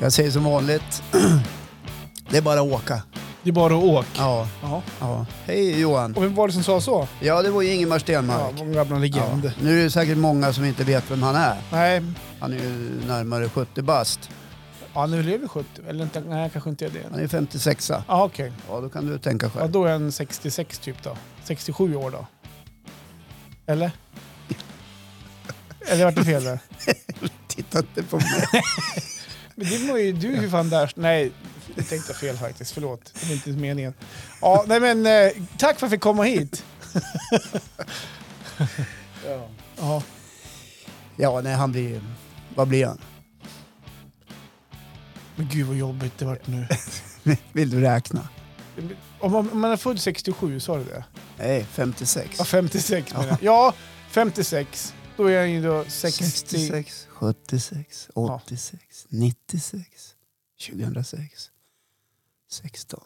Jag säger som vanligt, det är bara att åka. Det är bara att åka. Ja, Ja. ja. Hej Johan. Och vem var det som sa så? Ja, det var ju Ingemar Ja, Stenmark. vår gamla Ja. legend. Nu är det säkert många som inte vet vem han är. Nej, Han är ju närmare 70 bast. ja, nu lever 70. Eller inte, nej, kanske inte är det. Han är 56 Ja, okej. Ja, då kan du tänka Ja, själv. då är han 66 typ då. 67 år då. Eller? Eller vart det fel där? Titta inte på mig. Men det var ju du är ju fan där. Nej, jag tänkte fel faktiskt. Förlåt. Det var inte meningen. Ja, nej men eh, tack för att jag fick komma hit. Ja. Ja, nej, han blir... Vad blir han? Men gud vad jobbigt det vart nu. Vill du räkna? Om man, om man är född 67, sa du det? Nej, 56. Ja, 56 menar jag. Ja, 56. Då är han ju då 60. 66, 76, 86, 96, 2006, 16.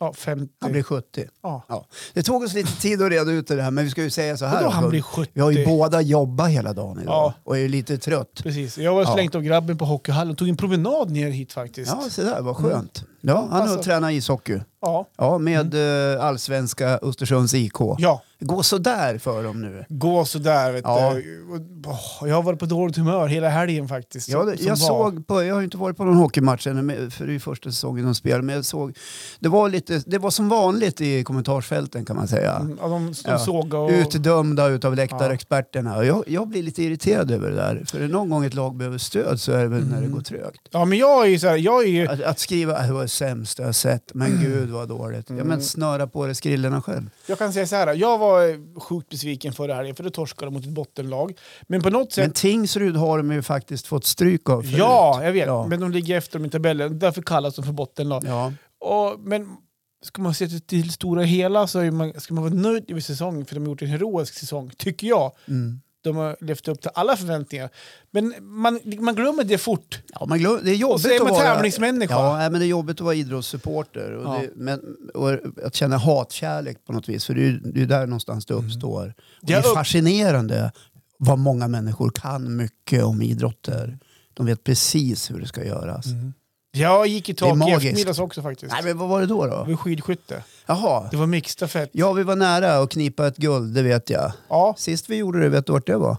Ja, 50. Han blir 70. ja. Ja. Det tog oss lite tid att reda ut det här, men vi ska ju säga så här. Och då han också. blir 70. Vi har ju båda jobbat hela dagen idag Ja. och är lite trött. Precis. Jag var Ja. slängt av grabben på hockeyhallen och tog en promenad ner hit faktiskt. Ja, så där, Mm. vad skönt. Ja, han har Passar. tränat ishockey. Ja. Ja, med eh, allsvenska Östersunds IK. Mm. ja. Gå sådär för dem nu. Gå sådär vet Ja. du. Och- åh, jag har varit på dåligt humör hela helgen faktiskt. Ja, det- som jag var. såg på, jag har ju inte varit på någon hockeymatch ännu, men- för det är ju första säsongen de spelar, men jag såg, det var lite, det var som vanligt i kommentarsfälten kan man säga. Mm, Ja, de de Ja. såg och... Utdömda utav läktarexperterna. Och Jag, jag blir lite irriterad över det där, för någon gång ett lag behöver stöd så är det väl när Mm. det går trögt. Ja, men jag är ju så här, jag är ju... Att, att skriva "Ah, det var det sämsta jag sett, men Mm. gud vad dåligt. Ja men snöra på det skrillorna själv. Jag kan säga så här, jag var sjukt besviken förra helgen för då torskade de mot ett bottenlag. Men på något sätt... Men Tingsryd har de ju faktiskt fått stryk av förut. ja, jag vet. Ja. Men de ligger efter dem i tabellen. Därför kallas de för bottenlag. Ja. Och, men ska man se till- till stora hela så är man, ska man vara nöjd över säsongen för de har gjort en heroisk säsong, tycker jag. Mm. De har levt upp till alla förväntningar. Men man, man glömmer det fort. Ja, man glöm, det är jobbigt Och så är att man vara... tävlingsmänniska. Ja, nej, men det är jobbigt att vara idrottssupporter. Och, Ja. det, men, och att känna hatkärlek på något vis. För det är ju det är ju där någonstans det uppstår. Och det Jag är Mm. upp- fascinerande vad många människor kan mycket om idrotter. De vet precis hur det ska göras. Mm. Jag gick i tak i magiskt. eftermiddags också faktiskt. Nej, men vad var det då? Det då? var skidskytte. Jaha. Det var mixstafett. Ja, vi var nära att knipa ett guld, det vet jag. Ja, Sist vi gjorde det, vet du vart det var?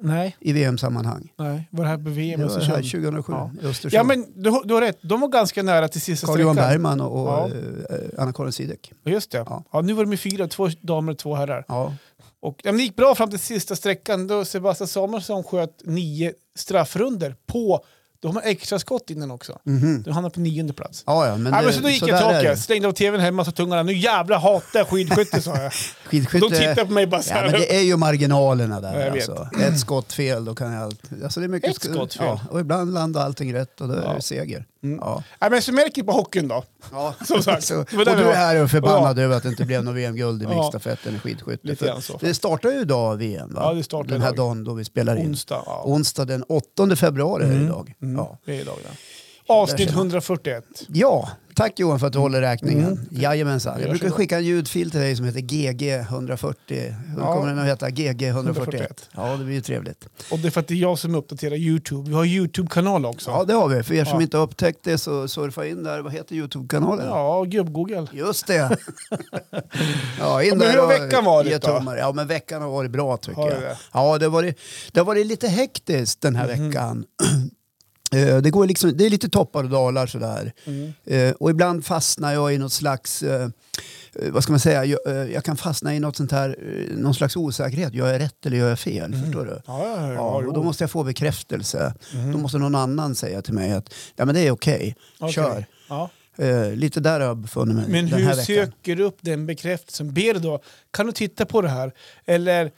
nej, I VM-sammanhang. nej. Var det här på VM Det var Östersund? här 2007 Ja. i Östersund. Ja, men du, har- du har rätt. De var ganska nära till sista Carl-Johan sträckan. Bergman och, och Ja. eh, Anna-Karin Sidek. Just det. Ja. Ja. nu var de med fyra. Två damer och två herrar. Ja. Och, ja, men det gick bra fram till sista sträckan då Sebastian Samuelsson sköt nio straffrunder på... Då har man extra skott innan också. Mhm. Då hamnar på nionde plats. Ja, ja, men, ja, det- men så då gick jag i där är taket, det. stängde av tvn hemma så tungarna, nu jävla hatar jag skidskytte sa jag. Skidskytte... De tittade på mig bara så Ja, här. men det är ju marginalerna Ja, där. jag vet. Alltså. Ett skott fel, då kan allt... Alltså, det är mycket Ett sk- skott fel. Ja, och ibland landar allting rätt och då är Ja. det seger. Mm. Ja. ja, men så märker jag på hockeyn då. Ja. Som sagt, Så, och det var du där vi är var. här och förbannad Ja. över att det inte blev något VM-guld i Ja. mixstafetten i skidskytte. Lite För grann så. Det startar ju idag VM, va? Ja, det startar Den här idag. dagen då vi spelar in. Onsdag. Ja. Onsdag den 8 februari är det idag. Mm, Ja. Det är idag ja. Avsnitt ser man. 141. ja, tack Johan för att du håller räkningen. Mm. Jajamensan. Jag brukar Varsågod. skicka en ljudfil till dig som heter GG140. Hur Ja. kommer den att heta? GG141. 141. Ja, det blir ju trevligt. Och det är för att det är jag som uppdaterar YouTube. Vi har YouTube-kanal också. Ja, det har vi. För er som Ja. inte har upptäckt det så surfa in där. Vad heter Youtube-kanalen? Ja, gubb-Google. Just det. ja, in Ja, men där hur har och veckan varit ge då? tummar. Ja, men veckan har varit bra tycker Har jag. det? Mhm. Ja, det har varit, det har varit lite hektiskt den här veckan. Eh, Det, går liksom, det är lite toppar och dalar sådär. Mm. Eh, Och ibland fastnar jag i något slags, eh, eh, vad ska man säga, jag, eh, jag kan fastna i något sånt här, eh, någon slags osäkerhet. Gör jag rätt eller gör jag fel? Förstår du? Mm. Ja, ja, ja, Ja, jo. Mhm. och då måste jag få bekräftelse. Då måste någon annan säga till mig att ja, men det är okej, Okej. kör. Ja. Eh, lite där har jag befunnit mig Men den här hur veckan. söker du upp den bekräftelsen? Ber du då, kan du titta på det här? Eller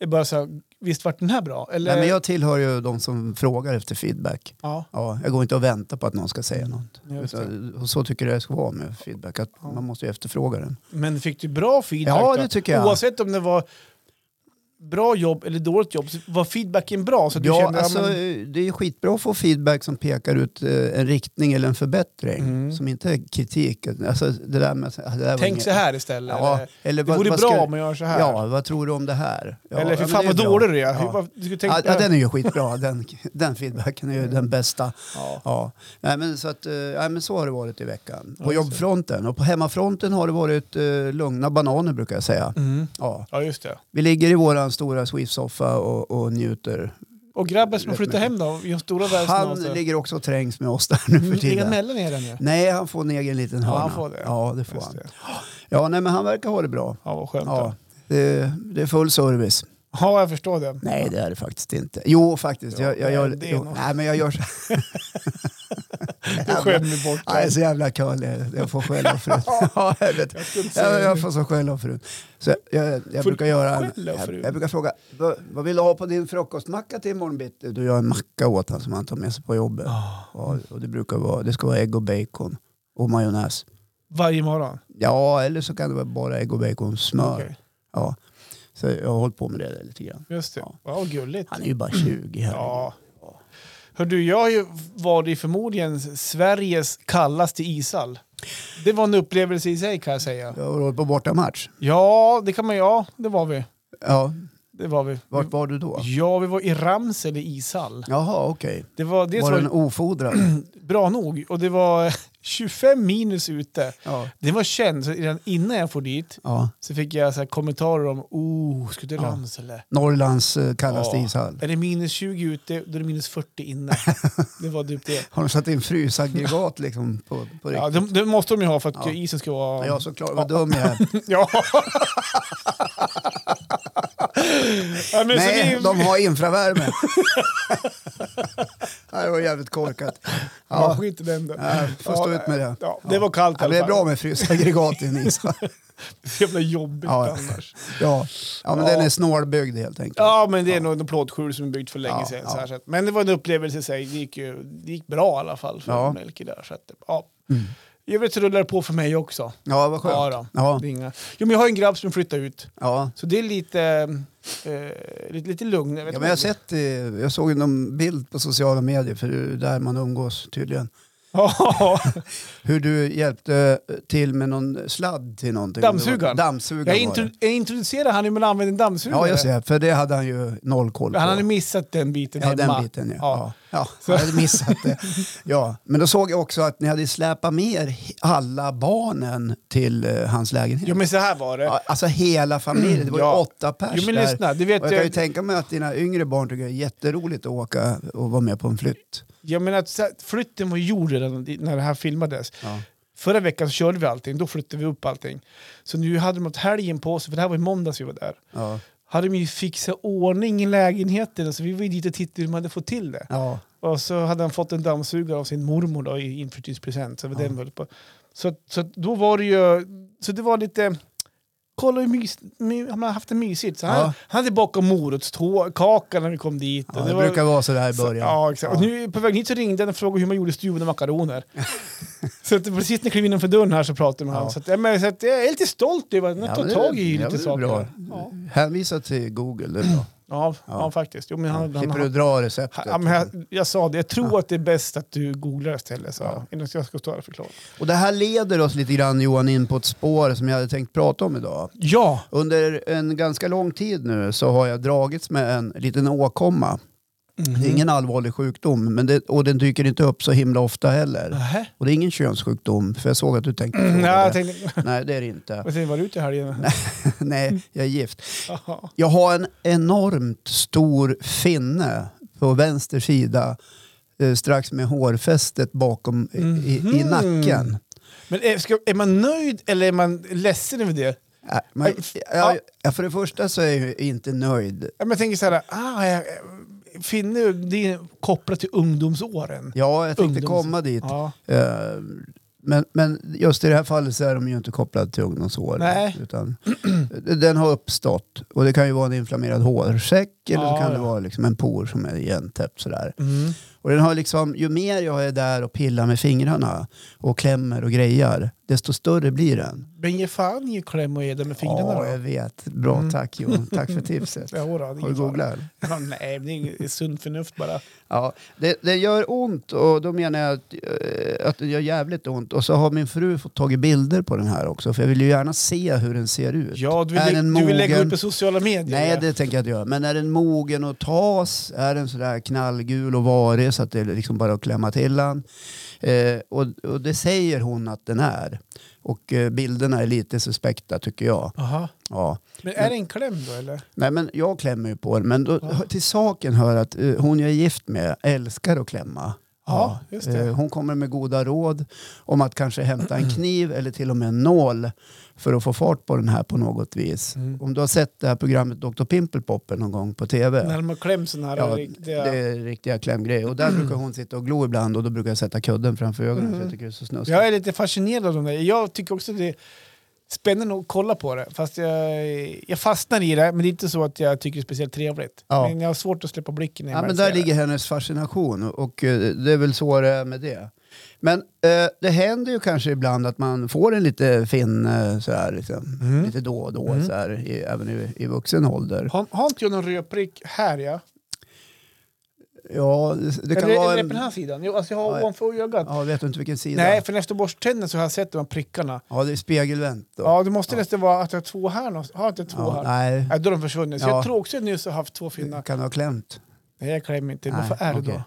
är bara så här, visst vart den här bra? Eller, Nej, men jag tillhör ju de som frågar efter feedback. ja. Ja, jag går inte och väntar på att någon ska säga något. Mm. just det. Utan- och så tycker jag det ska vara med feedback, att man måste ju efterfråga den. men fick du bra feedback Ja, då? det tycker jag. Oavsett om det var bra jobb eller dåligt jobb, så var feedbacken bra? Så att du Ja, kände, alltså, ja, men, eh, det är skitbra att få feedback som pekar ut eh, en riktning eller en förbättring. Mm. Som inte är kritik. Alltså, det där med, att säga, "Ah, det där var tänk inget." så här istället. Ja, eller, eller det vad, vore vad bra ska- om jag gör så här. Ja, vad tror du om det här? Ja, eller ja, för men fan det är vad bra. dålig du är. Hur, Ja. vad, du skulle tänka Ja, ja, den är ju skitbra. Den, den feedbacken är ju den bästa. Ja. Ja. Nej, men så, att, eh, nej, men så har det varit i veckan. Ja, På så. jobbfronten. Och på hemmafronten har det varit eh, lugna bananer brukar jag säga. Mm. Ja. ja, just det. Vi ligger i våran stora Swift-soffa och, och njuter. Och grabben som Rätt flyttade hem då, i den stora världen? Han ligger också och trängs med oss där nu för eh, Ligger tiden. mellan er nu? Nej, han får en egen liten Ja, hörna. han får det. Ja, det får Just han. det. Ja, nej, men han verkar ha det bra. Ja, vad skönt. Ja, Ja, det, det är full service. ja jag förstår det. Nej, det är det faktiskt inte. Jo, faktiskt. Ja, jag, jag, det- gör, det är jo, något. nej, men jag gör så Du skämmer bort Jag är det. så jävla curl. jag- Jag får skäll av frun. ja, jag, vet. Jag skulle inte säga Jag, jag det. får så skäll av frun. Så jag, jag, jag Får brukar du göra en, skäll av jag, frun? jag brukar fråga, "Vad- vad vill du ha på din frukostmacka till imorgon bitti? Då gör jag en macka åt honom som han tar med sig på jobbet. Ah. Ja, och det brukar vara, det ska vara ägg och bacon och majonnäs. Varje morgon? Ja, eller så kan det vara bara ägg och bacon och smör. Okej, Ja. Så jag har hållit på med det där lite grann. Just det. Ja. Ja, gulligt. Han är ju bara 20 här. Mm. Ja. Hör du, jag har ju varit i förmodligen Sveriges kallaste ishall. Det var en upplevelse i sig kan jag säga. Jag har hållit på bortamatch. Ja, det kan man ja, det var vi. Ja, Det var vi. vart var du då? Ja, vi var i Ramsele ishall. Jaha, okej. Det var, dels Var var den ofodrad? det bra nog och det var 25 minus ute. ja. Det var känt, så redan innan jag for dit ja. så fick jag så här kommentarer om oh, ska till Ja. Ramsele? Norrlands eh, kallaste Ja. ishall. Är det minus 20 ute, då är det minus 40 inne. det var typ det. Har de satt in frysaggregat liksom på, på Ja, riktigt? det, det måste de ju ha för att Ja. isen ska vara... Ja, såklart. Vad dum jag är. Ja. ja, men Nej, så vi, de har infravärme. Nej, det var jävligt korkat. ja. Ja, skit i den då. ja, får stå ut med det. Ja, det var kallt i Ja, men det är alla fall. bra med frysaggregat i en ishall. Jävla jobbigt Ja. annars. Ja. ja, men Ja. den är snårbyggd helt enkelt. Ja, men det är nog en plåtskjul som är byggd för länge Ja, sedan. ja. Så här, så att, men det var en upplevelse i sig. Det gick, ju, det gick bra i alla fall för Ja. Melke där. Så att, ja. I övrigt rullar det på för mig också. Ja, vad skönt. Ja, då. Ja. Det är inga... Jo, men jag har en grabb som flyttar ut. Ja. Så det är lite, eh, lite, lite lugn. Jag, vet Ja, inte men jag, har om- sett, eh, jag såg en bild på sociala medier, för det är ju där man umgås tydligen. Ja, Hur du hjälpte till med någon sladd till någonting. Dammsugaren. Dammsugaren jag, var det. intro, jag introducerade han hur man använder en dammsugare. Ja, just det. För det hade han ju noll koll på. Han hade missat den biten Ja, hemma. den biten. Ja. Ja. Ja. Ja. Jag hade missat det. Ja. Men då såg jag också att ni hade släpat med er alla barnen till eh, hans lägenhet. Jo, men så här var det. Ja, Alltså hela familjen, det var ju Ja. åtta pers Jo, men där. lyssna, du vet eh, och jag kan ju jag- tänka mig att dina yngre barn tycker det är jätteroligt att åka och vara med på en flytt. Jag menar, att så här, flytten var gjord redan i- när det här filmades. Ja. Förra veckan så körde vi allting, då flyttade vi upp allting. Så nu hade de haft helgen på sig, för det här var i måndags vi var där. Ja. Hade de ju fixat ordning i lägenheten, så vi var ju dit och tittade hur de hade fått till det. Ja. Och så hade han fått en dammsugare av sin mormor då, i inflyttningspresent. Så, det var Ja. den höll på. så, så att då var det ju, så det var lite, kolla hur mys, my, han har haft det mysigt. Så han, Ja. han hade bakat morotskaka när vi kom dit. Ja, Och det, brukar vara sådär i så- början. Ja, exakt. Ja. Och nu på väg hit så ringde han och frågade hur man gjorde stuvade makaroner. så att precis när jag klev innanför dörren här så pratade jag med Ja. honom. Så, att, ja, men, så att, jag är lite stolt över att han Ja, tog men det- tag i ja, men det lite är saker. bra. Ja. Ja. Hänvisa till Google, det är bra. Ja, faktiskt. Jo, men han, han, Slipper han, du dra receptet. Ja, men jag, jag sa det, jag tror att det är bäst att du googlar istället. Så Ja. Innan jag ska stå här och förklara. Och det här leder oss lite grann Johan in på ett spår som jag hade tänkt prata om idag. Ja, Under en ganska lång tid nu så har jag dragits med en liten åkomma. Mhm. Det är ingen allvarlig sjukdom men det, och den dyker inte upp så himla ofta heller. Nähä? Och det är ingen könssjukdom för jag såg att du tänkte fråga Mm, ja, det. jag tänkte, Mm. Nej det är det inte. jag tänkte, var du ute i helgen? Nej, jag är gift. Jaha. Jag har en enormt stor finne på vänster sida eh, strax med hårfästet bakom i, i, i Mhm. nacken. Men är, ska, är man nöjd eller är man ledsen över det? Ja, Äh, Men, Aj, f- ja, ja, för det första så är jag ju inte nöjd. Ja, men Jag tänker så här, ah, jag, finner, det är kopplat till ungdomsåren. Ja, jag tänkte Ungdoms- komma dit. Ja. Eh, Men, men just i det här fallet så är de ju inte kopplade till ungdomsår. Nej. Utan den har uppstått och det kan ju vara en inflammerad hårsäck eller så Ja, kan det ja. vara liksom en por som är igentäppt sådär. Mm. Och den har liksom, ju mer jag är där och pillar med fingrarna och klämmer och grejar, desto större blir den. Men ge fan i att klämma i den med fingrarna Ja, jag då. Mm. vet. Bra, tack Jon. Tack för tipset. Jodå, det är Har du ingen fara. googlat? eller? Ja, nej, men det är inget- sunt förnuft bara. Ja, det, det gör ont och då menar jag att, eh, att det gör jävligt ont. Och så har min fru fått tagit bilder på den här också för jag vill ju gärna se hur den ser ut. Ja, du Är vill, den lä- du vill lägga mogen? upp i sociala medier? Nej, ja. det tänker jag inte göra. Men är den mogen att tas? Är den sådär knallgul och varig så att det är liksom bara att klämma till den? Eh, och, och det säger hon att den är. Och eh, bilderna är lite suspekta tycker jag. Aha. Ja. Men är det en kläm då eller? Nej, men jag klämmer ju på den. Men då, Ja. till saken hör att eh, hon jag är gift med älskar att klämma. Ja, just det. Eh, Hon kommer med goda råd om att kanske hämta en kniv eller till och med en nål för att få fart på den här på något vis. Mm. Om du har sett det här programmet Dr. Pimple Popper någon gång på tv. När de har klämt sådana här Ja, riktiga... Det är riktiga klämgrejer. Och där brukar hon sitta och glo ibland och då brukar jag sätta kudden framför ögonen Mm. för jag tycker det är så snuskigt. Jag är lite fascinerad av dem där. Jag tycker också att det är spännande att kolla på det. Fast jag, jag fastnar i det, men det är inte så att jag tycker det är speciellt trevligt. Ja. Men jag har svårt att släppa blicken när jag Ja, väl men ser där det. ligger hennes fascination och, och eh, det är väl så det är med det. Men eh, det händer ju kanske ibland att man får en lite fin eh, sådär, liksom, Mm. lite då och då sådär, i, även i, i vuxen ålder. Har, har inte jag någon rödprick här ja? Ja, det kan Eller, vara eller på den en... här sidan? Jo, alltså jag har Ja, ja. ovanför ögat. Ja, vet du inte vilken sida? Nej, för efter borsttänder så har jag sett de här prickarna. Ja, det är spegelvänt då. Ja, det måste nästan vara att jag har två här någonstans. Har jag inte två Ja, här? Nej. nej, då har de försvunnit. Så Ja. jag tror också att jag nyss har haft två finnar. kan du ha klämt? Nej, jag klämmer inte. Nej, Varför är det okej. då?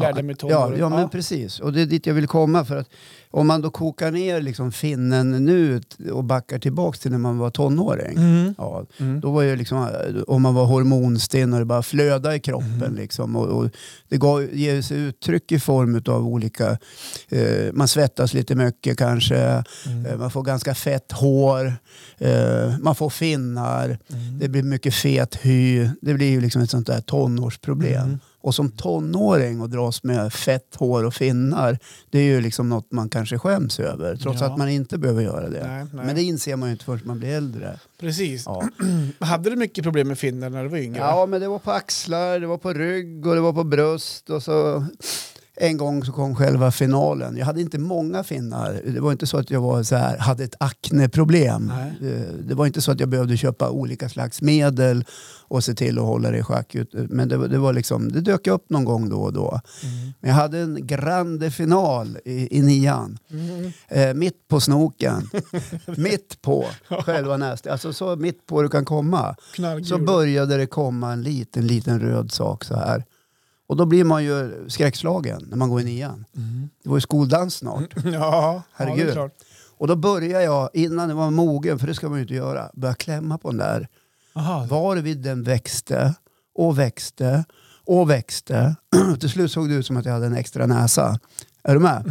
Lärde mig i Ja, tonåren. ja, men precis. Och det är dit jag vill komma. För att om man då kokar ner liksom finnen nu t- och backar tillbaka till när man var tonåring. Mm. Ja, Mm. Då var ju liksom, om man var hormonstinn och det bara flödade i kroppen. Mm. Liksom, och, och det gav, ger sig uttryck i form av olika, eh, man svettas lite mycket kanske, Mm. eh, man får ganska fett hår, eh, man får finnar, det blir mycket fet hy. Det blir ju liksom ett sånt där tonårsproblem. Mm. Och som tonåring och dras med fett hår och finnar, det är ju liksom något man kanske skäms över. Trots Ja. att man inte behöver göra det. Nej, nej. Men det inser man ju inte förrän man blir äldre. Precis. Ja. Hade du mycket problem med finnar när du var yngre? Ja, men det var på axlar, det var på rygg och det var på bröst. Och så en gång så kom själva finalen. Jag hade inte många finnar. Det var inte så att jag var så här, hade ett akneproblem. Nej. Eh, Det var inte så att jag behövde köpa olika slags medel och se till att hålla det i schack. ut- eh, Men det, var- det, var liksom, det dök upp någon gång då och då. Men jag hade en grande final i, i nian. Mm. Eh, mitt på snoken. mitt på själva nästa. Alltså så mitt på du kan komma. Knarkgul. Så började det komma en liten, liten röd sak så här. Och då blir man ju skräckslagen när man går i nian. Det var ju skoldans snart. Mm. Ja, Herregud. Ja, det är klart. Och då börjar jag, innan det var mogen, för det ska man ju inte göra, börja klämma på den där. Aha. Varvid den växte och växte och växte. Till slut såg det ut som att jag hade en extra näsa. Är du med?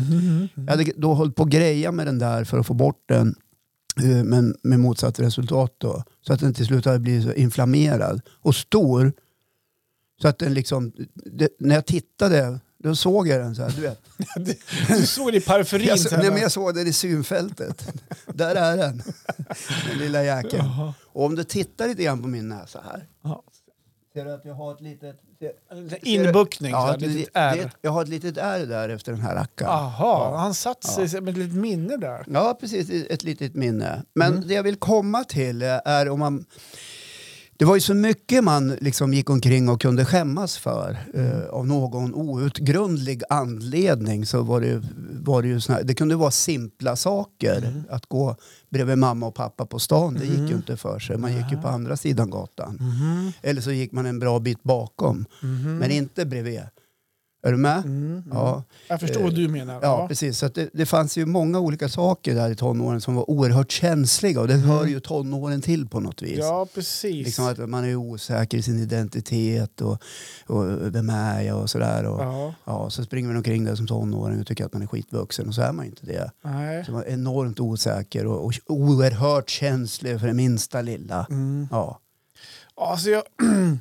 Jag hade då hållit på att greja med den där för att få bort den. eh, Men med motsatt resultat då. Så att den till slut hade blivit så inflammerad och stor. Så att den liksom, det, när jag tittade, då såg jag den så här. Du vet. Du, du såg det i periferin. Jag, så så- här. nej, men jag såg den i synfältet. där är den. Den lilla jäkeln. Jaha. Och om du tittar lite grann på min näsa här. Ja. Ser du att jag har ett litet... ser- Inbuktning, så Ja, här, ett litet, litet ärr. det- Jag har ett litet ärr där efter den här rackaren. Aha, han satt sig med ett litet minne där. Ja, precis. Ett litet minne. Men det jag vill komma till är om man... Det var ju så mycket man liksom gick omkring och kunde skämmas för. Eh, av någon outgrundlig anledning så var det ju, var det ju såna, Det kunde vara simpla saker. Att gå bredvid mamma och pappa på stan, det gick ju inte för sig. Man gick ju på andra sidan gatan. Eller så gick man en bra bit bakom, Mm-hmm. Mm-hmm. men Mm. inte bredvid. Är du med? Ja. Eh, Jag förstår vad du menar. Ja, precis. Så att det, det fanns ju många olika saker där i tonåren som var oerhört känsliga och det hör ju tonåren till på något vis. Mm. Ja, precis. Liksom att man är osäker i sin identitet och, och vem är jag och sådär. Och, ja. Ja, så springer man omkring där som tonåring och tycker att man är skitvuxen och så är man ju inte det. nej. Så man är enormt osäker och, och oerhört känslig för det minsta lilla. Mm. Ja. Alltså, jag,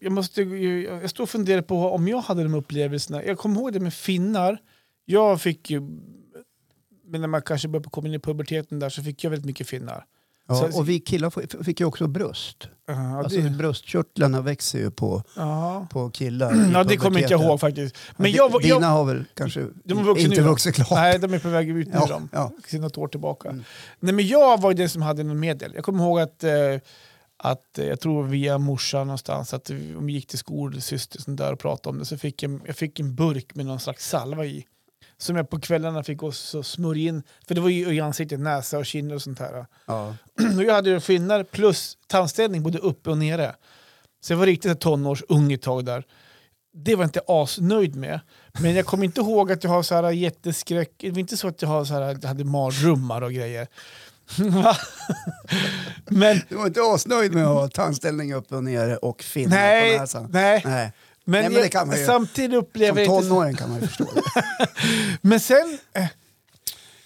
jag, måste, ju- jag står och funderar på om jag hade de upplevelserna. Jag kommer ihåg det med finnar. Jag fick ju, men när man kanske började komma in i puberteten där så fick jag väldigt mycket finnar. Ja, Så- och vi killar får- fick ju också bröst. Ja, Alltså det, bröstkörtlarna växer ju på, ja. på killar. i ja, det kommer inte jag puberteten. ihåg faktiskt. Men Ja, jag, di- var- Dina jag, har väl kanske De har vuxit inte nu, va? vuxit klart? nej, de är på väg ut nu. ja, De. ja. sedan något år tillbaka. Mm. Nej, men jag var ju den som hade någon medel. Jag kommer ihåg att, eh, att eh, jag tror via morsan någonstans, att vi, om vi gick till skolsyster och sånt där och pratade om det, så fick jag, jag fick en burk med någon slags salva i. Som jag på kvällarna fick också smörja in, för det var ju i ansiktet, näsa och kinder och sånt här. Ja. Och jag hade ju finnar plus tandställning både uppe och nere. Så jag var riktigt ett tonårsung ett tag där. Det var jag inte asnöjd med. Men jag kommer inte ihåg att jag har så här jätteskräck. Det var inte så att jag har så här, hade mardrömmar och grejer. Va? men, Du var inte asnöjd med att ha tandställning upp och ner och finnar på nej, näsan? nej. nej. Men, men det kan man ju. jag, samtidigt Som upplever jag inte... tonåring kan man ju förstå det. Men sen, eh,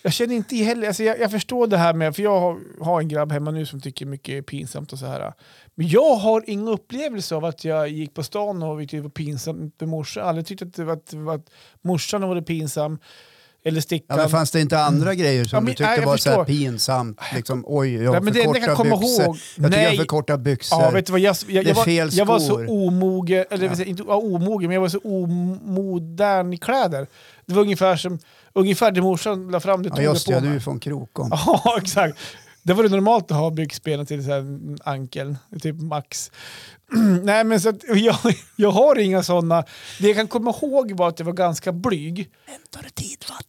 jag känner inte heller, alltså jag, jag förstår det här med, för jag har, har en grabb hemma nu som tycker mycket är pinsamt och så här. Men jag har ingen upplevelse av att jag gick på stan och tyckte det var pinsamt med morsan. Aldrig tyckte att, det var- att, det var- att morsan var det pinsam. Eller Ja, stickan. men fanns det inte andra grejer som Ja, men- du tyckte nej, jag var så här förstår. pinsamt? Liksom, oj, jag har Nej, men det enda för jag kan korta komma byxor. Jag ihåg- tycker jag har Nej. för korta byxor. Ja, vet du vad? Jag, jag, Det är jag, var, fel jag var så skor. omogen, eller jag vill säga, inte ja, omogen, men jag var så omodern i kläder. Det var ungefär som, ungefär det morsan la fram det ja, tog jag just på Ah. det, ja, mig. du är från Krokom. Ja, exakt. Det var det normalt att ha byxbenen till så här ankeln, typ max. Nej, men så att jag, jag har inga sådana. Det jag kan komma ihåg var att jag var ganska blyg. Väntar du tid, vatten?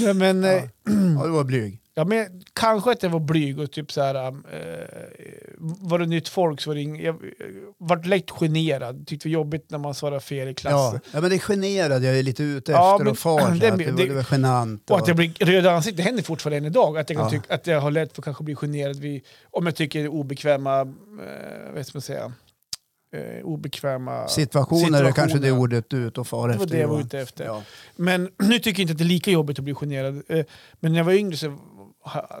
Nej, men, eh, Ja, du var blyg. ja, men kanske att jag var blyg och typ så här, eh, var det nytt folk så var det ing, jag eh, vart lätt generad. Tyckte det var jobbigt när man svarade fel i Ja. klassen. ja, men det generade jag är lite ute Ja, efter men- och far. så det- att det, var- det- det var genant. Och att jag blir röd i ansiktet, det händer fortfarande än idag. Att jag, kan Ja. tycka, att jag har lätt för att kanske bli generad vid, om jag tycker det är obekväma, eh, vad ska man säga, eh, obekväma... Situationer, är Situationer, kanske det ja. ordet du är ute och far det efter. var det jag var Johan. ute efter. Ja. Men nu tycker jag inte att det är lika jobbigt att bli generad. Eh, men när jag var yngre så... ha-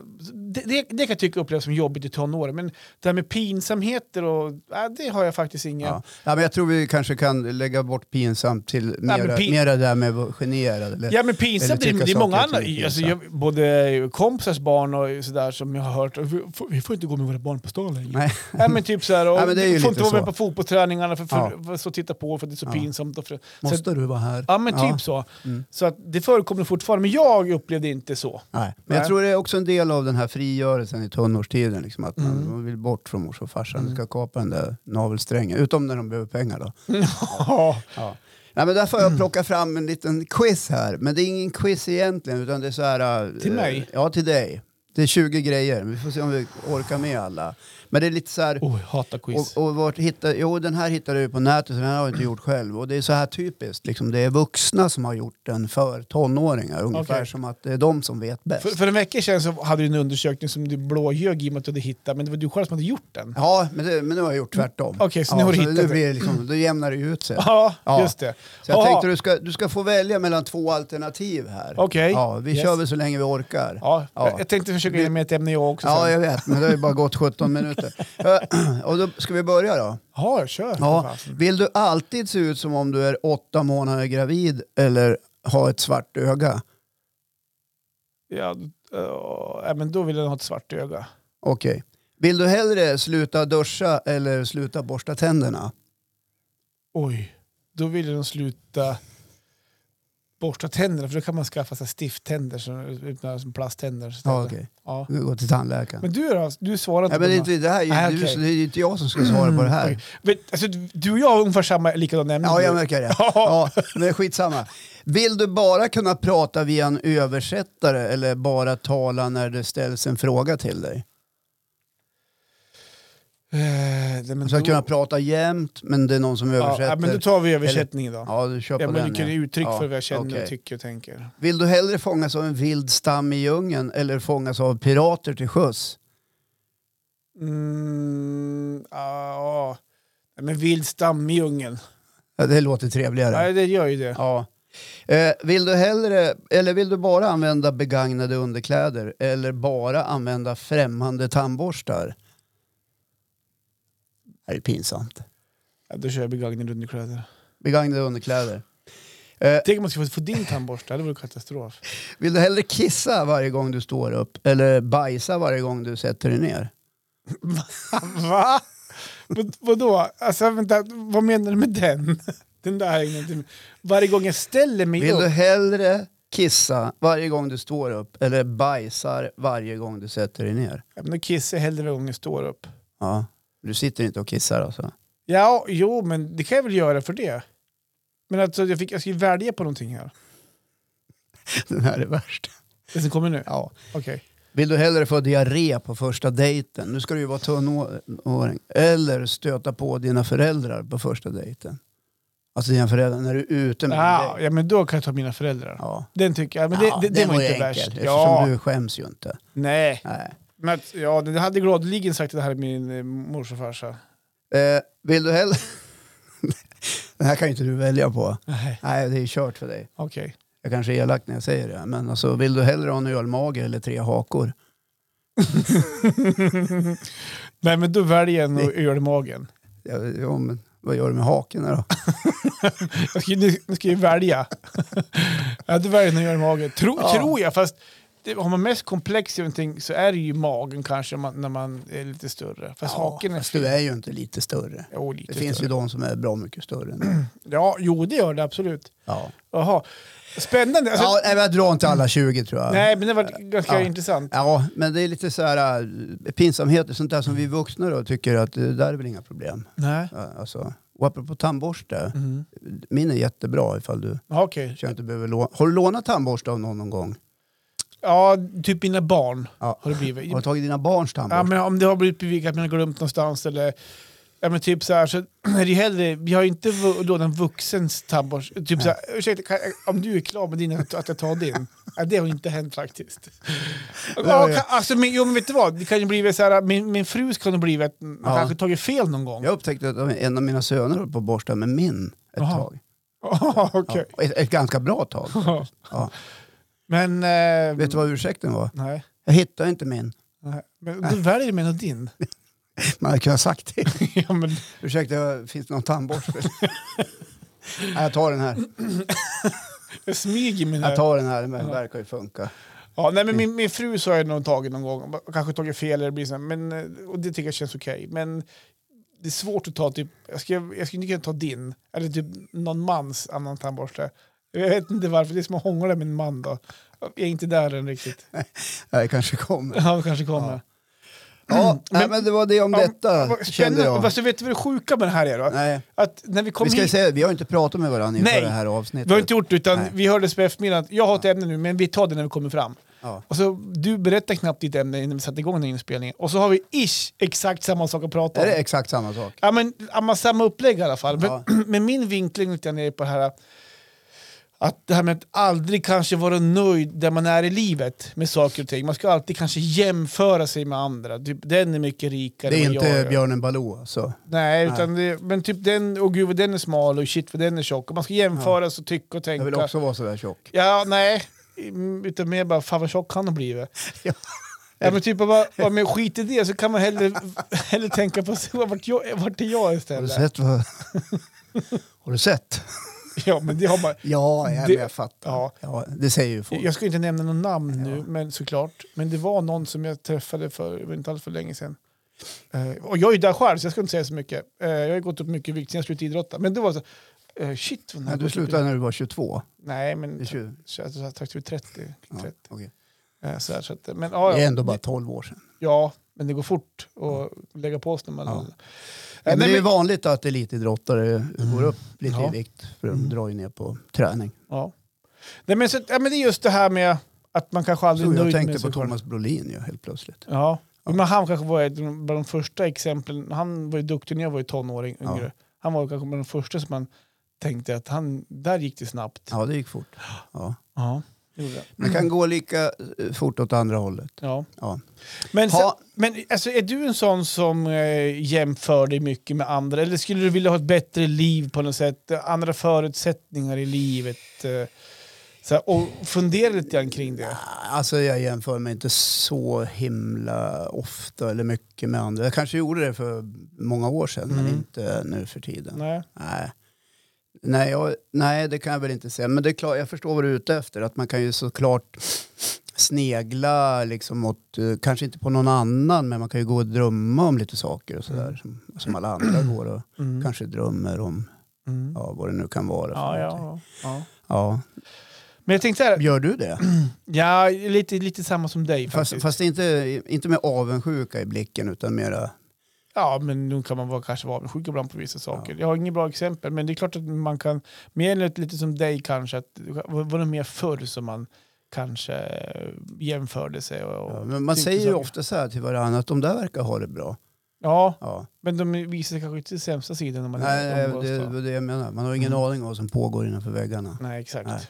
Det, det, det kan jag tycka upplevs som jobbigt i tonåren. Men det här med pinsamheter och... Äh, det har jag faktiskt inga... Ja. Ja, men jag tror vi kanske kan lägga bort pinsamt till mera, men pin- mera det där med att vara generad. Eller? Ja men pinsamt, det, tycka är- det är saker många och ting andra, är alltså, pinsamt. jag, både kompisars barn och sådär som jag har hört, vi får, vi får inte gå med våra barn på stan längre. Nej. Nej men typ såhär, och Nej, men det är ju du lite får inte vara med så. på fotbollsträningarna för, för, Ja. för att titta på för det är så Ja. pinsamt. Och för, så, att- Måste du vara här? ja men typ så. Mm. Så att det förekommer fortfarande, men jag upplevde inte så. Nej. Men jag Nej. tror det är också en del av den här frigörelsen i tonårstiden. Liksom, att man, Mm. man vill bort från mors och farsan. Mm. Du ska kapa den där navelsträngen. Utom när de behöver pengar då. Ja. Mm. Ja. Nej, men därför har jag plockat fram en liten quiz här. Men det är ingen quiz egentligen. Utan det är så här, eh, Till mig? Ja, till dig. Det är 20 grejer. Vi får se om vi orkar med alla. Men det är lite så här... Oh, jag hatar quiz. Och, och vart hittar, jo, den här hittade du på nätet, så den har jag inte gjort själv. Och det är så här typiskt, liksom, det är vuxna som har gjort den för tonåringar. Ungefär Okej. som att det är de som vet bäst. för, för en vecka sedan så hade du en undersökning som du blåljög i och med att du hade hittat, men det var du själv som hade gjort den. Ja, men, det, men nu har jag gjort tvärtom. Okej, så nu ja, har du hittat nu det. blir det. Liksom, då jämnar det ut sig. Ja, Ja. just det. Så jag Jaha. tänkte du ska, du ska få välja mellan två alternativ här. Okej. Ja, vi Yes. kör väl så länge vi orkar. Ja, Ja. Jag, jag tänkte försöka ge mig ett ämne jag också. Ja, sen. jag vet, men det har ju bara gått 17 minuter. Eh, Och då ska vi börja då? Ja, kör. Ja. Fan. Vill du alltid se ut som om du är åtta månader gravid eller ha ett svart öga? Ja, eh, men då vill jag ha ett svart öga. Okej. Vill du hellre sluta duscha eller sluta borsta tänderna? Oj, då vill de sluta borsta tänderna för då kan man skaffa sig stifttänder som, utan- som plasttänder. istället. Ja, okej. Ja. Du går till tandläkaren. Men du då? Du svarar inte Nej, men det, är på inte, det, här, är ju- Nej, du- okej. det är ju inte jag som ska svara på det här. Oj. Vet, alltså, du och jag har ungefär samma likadan ämne. Ja, jag märker det. Ja, men skitsamma. Vill du bara kunna prata via en översättare eller bara tala när det ställs en fråga till dig? Eh, nej, men Du ska då- kunna prata jämt, men det är någon som ja, översätter. ja, men då tar vi översättningen då. Ja, du kör på Ja, men den. du kan ge ja. uttryck Ja, för vad jag känner okej. och tycker och tänker. Vill du hellre fångas av en vild stam i djungeln eller fångas av pirater till sjöss? Mm, ja, ja. Men vild stam i djungeln. Ja, det låter trevligare. Nej, det gör ju det. Ja. Eh, vill du hellre, eller vill du bara använda begagnade underkläder eller bara använda främmande tandborstar? Det här är pinsamt. Ja, då kör jag begagnade underkläder. Begagnade underkläder. Eh, Tänk om man skulle få- få din tandborste, det vore katastrof. vill du hellre kissa varje gång du står upp eller bajsa varje gång du sätter dig ner? Va? Vad, vadå? Alltså vänta, vad menar du med den? Den där har ingenting med- Varje gång jag ställer mig Vill upp. du hellre kissa varje gång du står upp eller bajsar varje gång du sätter dig ner? Ja, men då kissar jag hellre varje gång jag står upp. Ja. Du sitter inte och kissar alltså? Ja, jo, men det kan jag väl göra för det. Men alltså, jag, fick, jag ska ju välja på någonting här. Den här är värst. Det som kommer nu? Ja. Okej. Vill du hellre få diarré på första dejten, nu ska du ju vara tonåring, eller stöta på dina föräldrar på första dejten? Alltså dina föräldrar när du är ute med en Ah, Ja, dejt. ja, men då kan jag ta mina föräldrar. Ja. Den tycker jag, men det, Ja, det, det den var inte ju värst. eftersom Ja, du skäms ju inte. nej. Nej. Men att, ja, det hade gladeligen sagt det här är min eh, mors och farsa. Eh, vill du hellre... Den här kan ju inte du välja på. Nej. Nej, det är ju kört för dig. Okej. Jag kanske är elak när jag säger det, men alltså, vill du hellre ha en ölmage eller tre hakor? Nej, men då väljer jag nog ölmagen. Ja, ja, men vad gör du med hakorna då? Jag ska, nu, nu ska jag ju välja. ja, då väljer jag nog ölmagen. Tro, Ja. Tror jag, fast det, har man mest komplex i någonting så är det ju magen kanske om man, när man är lite större. Fast haken är... fast du är ju inte lite större. Jo, lite Det finns större. ju de som är bra mycket större. Än dig. Ja, jo det gör det absolut. ja. Jaha. Spännande. Alltså, Ja, nej, men jag drar inte alla 20 tror jag. Nej, men det var ganska Ja. intressant. Ja, men det är lite så här äh, pinsamheter, sånt där som vi vuxna då tycker att det där är väl inga problem. Nej. Ja, Alltså, och apropå tandborste, Mm. min är jättebra ifall du Ja, Okej. känner att du behöver låna. Har du lånat tandborste av någon någon gång? Ja, typ mina barn Ja. har det Har du blivit. tagit dina barns Ja, tandborste? men om det har blivit bevikat att man har glömt någonstans eller Ja men typ så här, så är det hellre, vi har ju inte vu- då den vuxens tandborste. Typ så här, ursäkta, kan, jag- om du är klar med din, att att jag tar din. Ja, det har inte hänt faktiskt. Ja, ja. kan, alltså, men, jo men vet du vad, det kan ju bli så här, min, min frus kan ha blivit, man Ja. kanske tagit fel någon gång. Jag upptäckte att en av mina söner höll på att borsta med min ett Jaha. tag. Ja. Okej. Ja, ett, ett ganska bra tag. Ja. Men... Eh, Vet du vad ursäkten var? Nej. Jag hittade inte min. nej. Men du väljer mellan din. Man hade kunnat sagt det. ja, men, Ursäkta, jag- finns det någon tandborste? Nej, jag tar den här. jag smyger mina... Jag tar den här, men den verkar ju funka. Ja, nej, men Mm. min, min fru så har jag nog tagit någon gång. Och Kanske tagit fel eller blir så här, men, eh, och det tycker jag känns okej. Men det är svårt att ta typ... Jag skulle, jag skulle inte kunna ta din. Eller typ någon mans annan tandborste. Jag vet inte varför. Det är som att hångla med en man då. Jag är inte där än riktigt. Nej, det kanske kommer. Ja, det kanske kommer. Ja, nej, Men- men det var det om Mm. Ja, detta, vad- kände jag. Fast vet du vad det sjuka med det här är då? Nej, Att när vi kom vi ska ju hit... säga, vi har inte pratat med varandra inför Nej, det här Vi har avsnittet. inte gjort det, utan Nej. vi hördes på eftermiddagen. Jag har ett ämne nu, men vi tar det när vi kommer fram. Ja. Och så, du berättar knappt ditt ämne innan vi satte igång den här inspelningen. Och så har vi ish exakt samma sak att prata Är om. det exakt samma sak? Ja, men, ja, men samma upplägg i alla fall. Men, Ja. men min vinkling lite grann är på det här att det här med att aldrig kanske vara nöjd där man är i livet med saker och ting. Man ska alltid kanske jämföra sig med andra. Typ, den är mycket rikare Det är än vad jag inte björnen Baloo alltså? Nej, utan det, men typ den, och gud vad den är smal och shit vad den är tjock. Och man ska jämföra sig och tycka och tänka. Jag vill också vara sådär tjock. Ja, nej. Mm, Utan mer bara, fan vad tjock han har blivit. Ja. Ja. men typ bara, ja, men skit i det så kan man hellre, hellre tänka på så, vart, jag, vart är jag Har du istället? sett vad... Har du sett? Ja, men det har man, Ja, jag, Det- jag fattar. ja. Ja, det säger ju folk. Jag ska inte nämna någon namn nu, men såklart. Men det var någon som jag träffade för inte alls för länge sedan. Eh, och jag är ju där själv så jag ska inte säga så mycket. Eh, jag har ju gått upp mycket i vikt sen jag slutade idrotta. Men det var så, eh, shit vad den här Nej, gått du upp i- slutade när du var 22. Nej, men Det är 20. jag tror strax över 30. Ja, 30. okej. Eh, så här, så att, men, ja, Det är ja. ändå bara 12 år sedan. Ja, men det går fort att lägga på sig när man... Ja. Ja. Ja, men det är ju men, vanligt att elitidrottare går upp lite Ja. Mm. i vikt för de drar ju ner på träning. ja. Nej, men, så, ja, men det är just det här med att man kanske aldrig Så är jag nöjd tänkte med på sig själv. Thomas Brolin ju, helt plötsligt. Ja. Men han kanske var ett av de första exemplen. Han var ju duktig när jag var i tonåring, Ja. yngre. Han var kanske bland de första som man tänkte att han, där gick det snabbt. Ja, det gick fort. Ja. Ja, det gjorde det. Det kan gå lika eh, fort åt andra hållet. Ja. Ja. Men, Ha- sen- men alltså, är du en sån som eh, jämför dig mycket med andra? Eller skulle du vilja ha ett bättre liv på något sätt? Eh, Andra förutsättningar i livet? Eh, så här, och fundera lite grann kring det. Alltså jag jämför mig inte så himla ofta eller mycket med andra. Jag kanske gjorde det för många år sedan men Mm. inte nu för tiden. Nej. Nej. Nej, jag, nej, det kan jag väl inte säga. Men det är klart, jag förstår vad du är ute efter. Att man kan ju såklart snegla liksom åt, eh, kanske inte på någon annan, men man kan ju gå och drömma om lite saker och sådär. Som, som alla andra går och Mm. kanske drömmer om, Mm. ja, vad det nu kan vara. för Ja, någonting. ja, ja. ja. Men jag tänkte så här, Gör du det? ja, lite, lite samma som dig Fast, faktiskt. fast inte, inte med avundsjuka i blicken utan mera... Ja, men nu kan man vara, kanske vara avundsjuk ibland på vissa saker. Jag har inget bra exempel, men det är klart att man kan, mer än ett- lite som dig kanske, att var var det mer förr som man kanske eh, jämförde sig? Och, Ja, och, men man tyckte säger ju saker. ofta så här till varandra att de där verkar ha det bra. ja, Ja. men de visar kanske inte sämsta sidan om man Nej, umgås det då. är det jag menar. Man har ingen Mm. aning om vad som pågår innanför väggarna. Nej, exakt. Nej.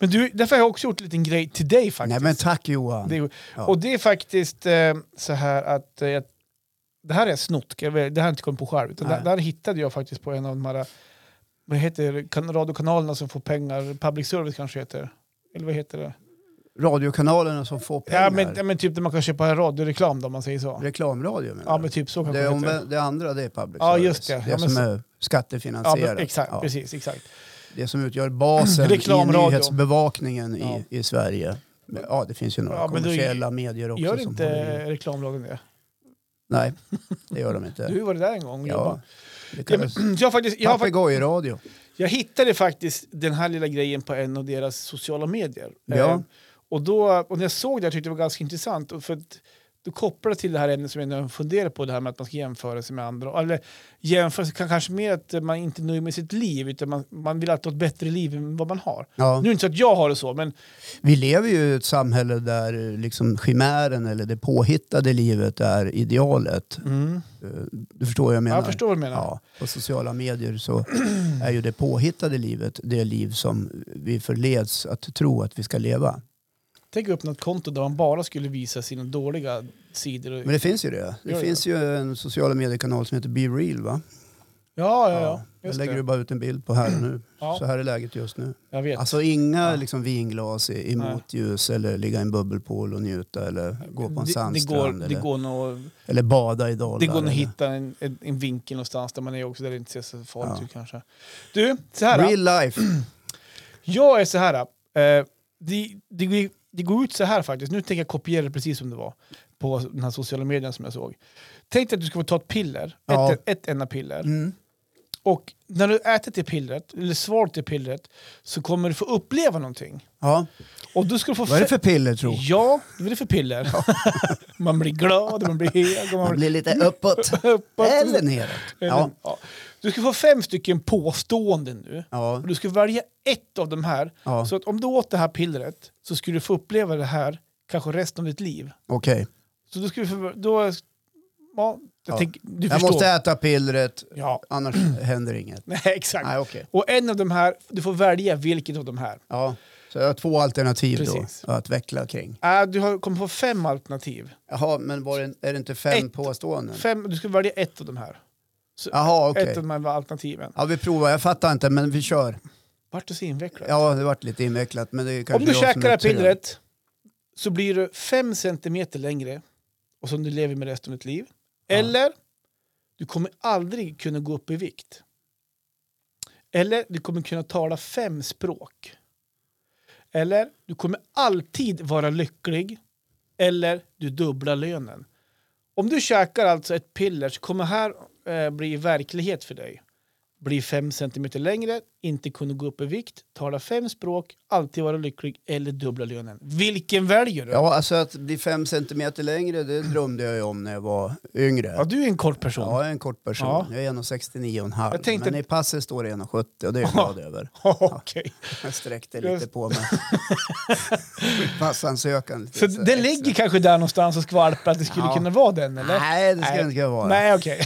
Men du, därför har jag också gjort en liten grej till dig faktiskt. Nej men tack Johan. det, Ja. Och det är faktiskt eh, så här att eh, jag- det här är jag snott, jag vet- det här har jag inte kommit på själv. Utan det, Nej. det här hittade jag faktiskt på en av de här vad heter det, kan- radiokanalerna som får pengar, public service kanske heter. Eller vad heter det? Radiokanalerna som får pengar. Ja men, ja men typ där man kan köpa radioreklam då, om man säger så. Reklamradio menar Ja du? men typ så kanske det, det är heter. omvä- det andra det är public Ja, service. just det. Ja, men som så- är Ja, skattefinansierat. men, exakt, Ja. precis, exakt. Det som utgör basen i Reklamradio. nyhetsbevakningen Ja. i, i Sverige. Men, ja det finns ju några Ja, men då- kommersiella medier också. Gör som inte håller i. reklamlagen det? Nej, det gör de Du inte. var det där en gång och Ja, jobbade. det Ja, kallas men, jag, har faktiskt, jag, har, fak- papegojradio. jag hittade faktiskt den här lilla grejen på en av deras sociala medier. Ja. Eh, och, då, och när jag såg det jag tyckte jag det var ganska intressant. Och för att du kopplar det till det här ämnet som jag nu funderar på, det här med att man ska jämföra sig med andra. Eller jämföra sig kan kanske mer att man inte är nöjd med sitt liv, utan man, man vill alltid ha ett bättre liv än vad man har. Ja. Nu är det inte så att jag har det så, men Vi lever ju i ett samhälle där eh, liksom chimären eller det påhittade livet är idealet. Eh, Du förstår vad jag menar? jag förstår vad du menar. Ja, på sociala medier så är ju det påhittade livet det liv som vi förleds att tro att vi ska leva. Tänk upp något konto där man bara skulle visa sina dåliga sidor. Och, Men det finns ju det. Det Gör det? finns ju en sociala mediekanal som heter Be Real va? ja, ja, ja. Där Just lägger du det. bara ut en bild på här och nu. Ja. Så här är läget just nu. Jag vet. Alltså inga Ja. liksom, vinglas i, i Nej. motljus eller ligga i en bubbelpool och njuta eller gå på en det, det sandstrand går, det eller, går nog eller bada i dalar. Det går nog eller- att hitta en, en, en vinkel någonstans där man är också där det inte ser så farligt Ja. ut kanske. Du, så här. Real life. Jag är så här. Eh, det, det, går- det går ut så här faktiskt. Nu tänker jag kopiera det precis som det var på den här sociala medien som jag såg. Tänk dig att du ska få ta ett piller, Ja. ett, ett enda piller. Mm. Och när du äter det pillret, eller svarar till pillret, så kommer du få uppleva någonting. Ja. Och du ska du få Vad är det fe- för piller tro? Ja, vad är det för piller? man blir glad, och man blir hel, och Man man blir lite uppåt blir uppåt. eller neråt. Ja. Även- ja. Du ska få fem stycken påståenden nu. Ja. Och du ska välja ett av de här. Ja. Så att om du åt det här pillret så skulle du få uppleva det här kanske resten av ditt liv. Okej. Så då skulle du få... Då, ja, jag Ja. tänker- du Jag förstår. måste äta pillret, Ja, annars händer inget. nej, exakt. Nej, okej. Och en av de här, du får välja vilket av de här. Ja. Så jag har två alternativ Precis. då att veckla kring. Äh, du har, kommer få fem alternativ. Jaha, men var det, är det inte fem Ett. påståenden? Fem, du ska välja ett av de här. Jaha, okej. Ett av de här alternativen. Ja, vi provar. Jag fattar inte, men vi kör. Vart du så invecklad. Ja, det vart lite invecklat, men det är kanske Om du jag som käkar det är här trög. pillret så blir du 5 centimeter längre och som du lever med resten av ditt liv. Ja. Eller du kommer aldrig kunna gå upp i vikt. Eller du kommer kunna tala fem språk. Eller du kommer alltid vara lycklig. Eller du dubblar lönen. Om du käkar alltså ett piller så kommer här eh, bli verklighet för dig bli 5 centimeter längre, inte kunna gå upp i vikt, tala fem språk, alltid vara lycklig eller dubbla lönen. Vilken väljer du? Ja. Ja, alltså att bli fem centimeter längre, det drömde jag ju om när jag var yngre. du är en kort person. Ja, jag är en kort person. Ja. Jag är 1,69,5. Jag tänkte- Men i passet står det 1,70 och det är jag glad över. Okej. Jag sträckte Just- lite på mig. Passansökan. lite Så så den extra. ligger kanske där någonstans och skvalpar att det skulle Ja. kunna vara den eller? Nej, det ska Nej. det inte vara. Nej. Nej, okej.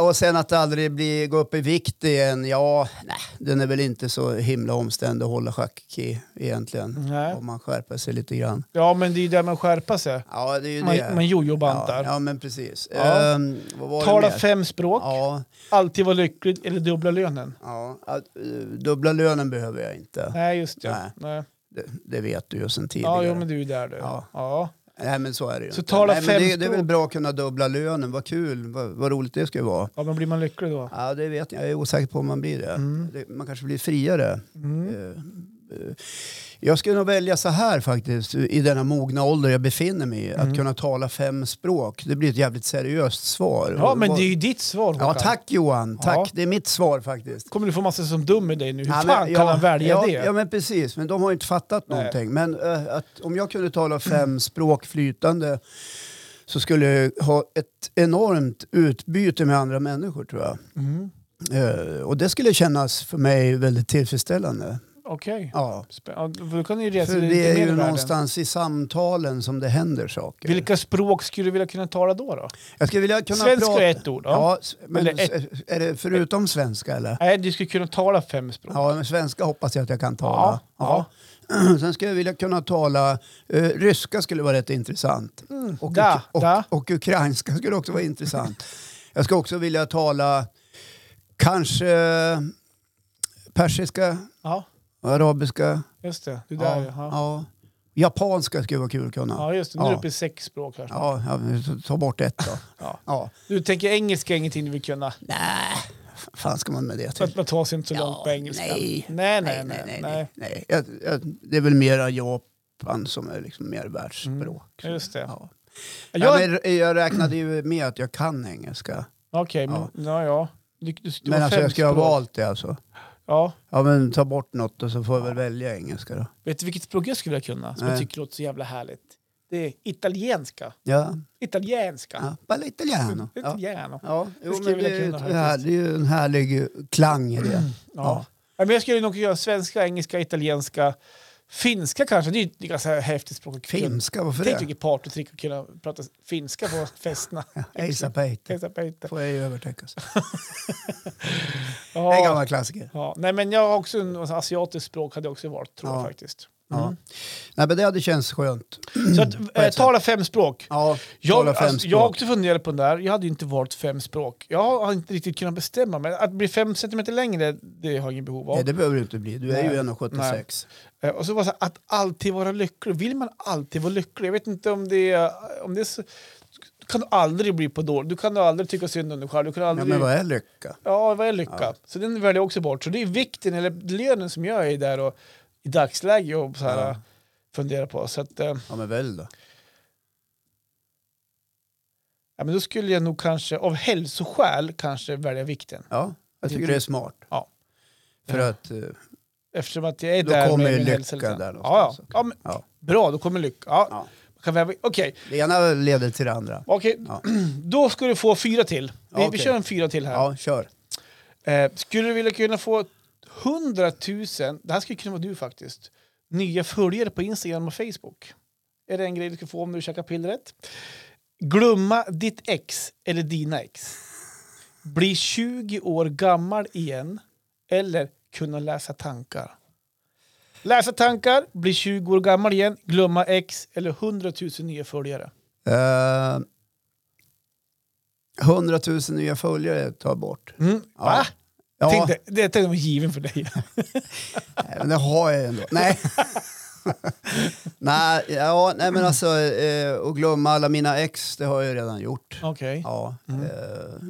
och sen att aldrig bli, gå upp i vikt igen. Ja, nej, den är väl inte så himla omständig att hålla schack i egentligen. Nej. Om man skärper sig lite grann. Ja, men det är ju där man skärpar sig. Ja, det är ju Man, det. man ja, jojobantar. ja, men precis. Ja. Ehm, vad var Tala det mer? fem språk, Ja, alltid vara lycklig eller dubbla lönen. ja. Att, eh, dubbla lönen behöver jag inte. Nej, just det. Nej. Nej. Det, det vet du ju sen tidigare. Ja, jo, men du är ju där du. Ja. Ja. Nej men så är det ju. Så inte. tala Nej, men det, fem det är språk. väl bra att kunna dubbla lönen, vad kul, vad, vad roligt det ska ju vara. Ja, men blir man lycklig då? Ja, det vet jag. Jag är osäker på om man blir det. Mm. det man kanske blir friare. Eh, eh, Jag skulle nog välja så här faktiskt, i denna mogna ålder jag befinner mig i. Mm. Att kunna tala fem språk. Det blir ett jävligt seriöst svar. Ja, Och- men och- det är ju ditt svar Håkan. Ja, tack Johan. Tack. Ja. Det är mitt svar faktiskt. Kommer du få massa som dum med dig nu? Hur Ja, fan men- kan ja, han välja ja, det? Ja, men precis. Men de har ju inte fattat Nej. någonting. Men eh, att, om jag kunde tala fem språk flytande så skulle jag ha ett enormt utbyte med andra människor tror jag. Mm. Eh, och det skulle kännas för mig väldigt tillfredsställande. Okej. Ja. Spä- Ja. Då kan ni ju resa För lite det är mer i ju världen. någonstans i samtalen som det händer saker. Vilka språk skulle du vilja kunna tala då? då? Jag skulle vilja kunna Svenska prata... är ett ord. Ja. Ja, s- men Eller ett- s- är det förutom svenska eller? Nej, du skulle kunna tala fem språk. Ja, men svenska hoppas jag att jag kan tala. Ja, Ja. Sen skulle jag vilja kunna tala... eh, ryska skulle vara rätt intressant. Och, da, och, da. och ukrainska skulle också vara intressant. Jag skulle också vilja tala kanske persiska, Ja, arabiska. just det. Du där ja. Ja, ja. Japanska skulle vara kul att kunna. Ja, ja just det. Nu är Ja. du uppe i sex språk här. ja, men ta- ta bort ett då. Ja. ja. Du tänker engelska är ingenting du vill kunna? Nej, fan ska man med det För till? att man tar sig inte så Ja, långt på engelska? nej. Nej, nej, nej. nej, nej. Jag, jag, det är väl mera Japan som är liksom mer världsspråk. Mm, just det. Ja. Jag, Ja, men jag räknade ju med att jag kan engelska. Okej, men ja, ja. Du, du, du Men har alltså fem jag skulle ha språk. valt det alltså. Ja. Ja men ta bort något och så får jag väl välja engelska då. Vet du vilket språk jag skulle vilja kunna? Som jag Nej. tycker låter så jävla härligt. Det är italienska. Ja, Italienska. ja. bara italiano. Ja. Italiano. Ja. Ja, jo, skulle men jag det, vilja är ju kunna ett faktiskt. här, det är ju en härlig klang i Mm. det. Ja. Men jag skulle nog göra svenska, engelska, italienska, finska kanske. Det är ju ett ganska häftigt språk. att kunna. Finska, varför Tänk det? vilket partytrick att kunna prata finska på festerna. ASAP Hate. Kajsa Peite. Får jag ju övertäckas. Det är en Ja. gammal klassiker. Ja. Nej, men jag har också en alltså, asiatiskt språk hade jag också varit, tror jag Ja. faktiskt. Mm. Ja. Mm. Nej men det hade känts skönt. Så att, eh, ett sätt. tala fem språk. Ja, Jag, tala fem alltså, jag har språk. också funderat på den där. Jag hade ju inte valt fem språk. Jag har inte riktigt kunnat bestämma mig. Att bli fem centimeter längre, det har jag ingen behov av. Nej, det behöver du inte bli, du är ju Nej. 1,76. Eh, Och så var det så här, att alltid vara lycklig. Vill man alltid vara lycklig? Jag vet inte om det är... Om det är så, du kan aldrig bli på dålig. Du kan aldrig tycka synd om dig själv. Du kan Ja, aldrig... men vad är lycka? Ja, vad är lycka? Så den väljer jag också bort. Så det är vikten, eller lönen som jag är där och i dagsläget och så här, Ja. funderar på. Så att, eh, Ja men väl då. ja, men då skulle jag nog kanske, av hälsoskäl, kanske välja vikten. Ja, jag tycker Det- det är smart. Ja. För Ja. att eh, Eftersom att jag är Då där kommer med ju min lycka hälsa. liksom. där ja, någonstans också. ja. ja men, Ja. Bra, då kommer lycka. Ja. Ja. Kan vi- Okej, det ena leder till det andra. okej. Ja. då ska du få fyra till. Vi, Ja, vi okej. kör en fyra till här. Ja, kör. Eh, skulle du vilja kunna få 100 000, det här skulle kunna vara du faktiskt, nya följare på Instagram och Facebook? Är det en grej du ska få om du käkar pillret? Glömma ditt ex eller dina ex. Bli 20 år gammal igen eller kunna läsa tankar. Läsa tankar, bli 20 år gammal igen, glömma ex eller 100 000 nya följare. Eh, 100 000 nya följare tar bort. Mm. Ja. Va? Ja, Tänkte, det tänkte jag var given för dig. nej, men det har jag ju ändå. Nej. nej, ja, nej, men alltså eh, och glömma alla mina ex, det har jag ju redan gjort. Okej. Ja, eh,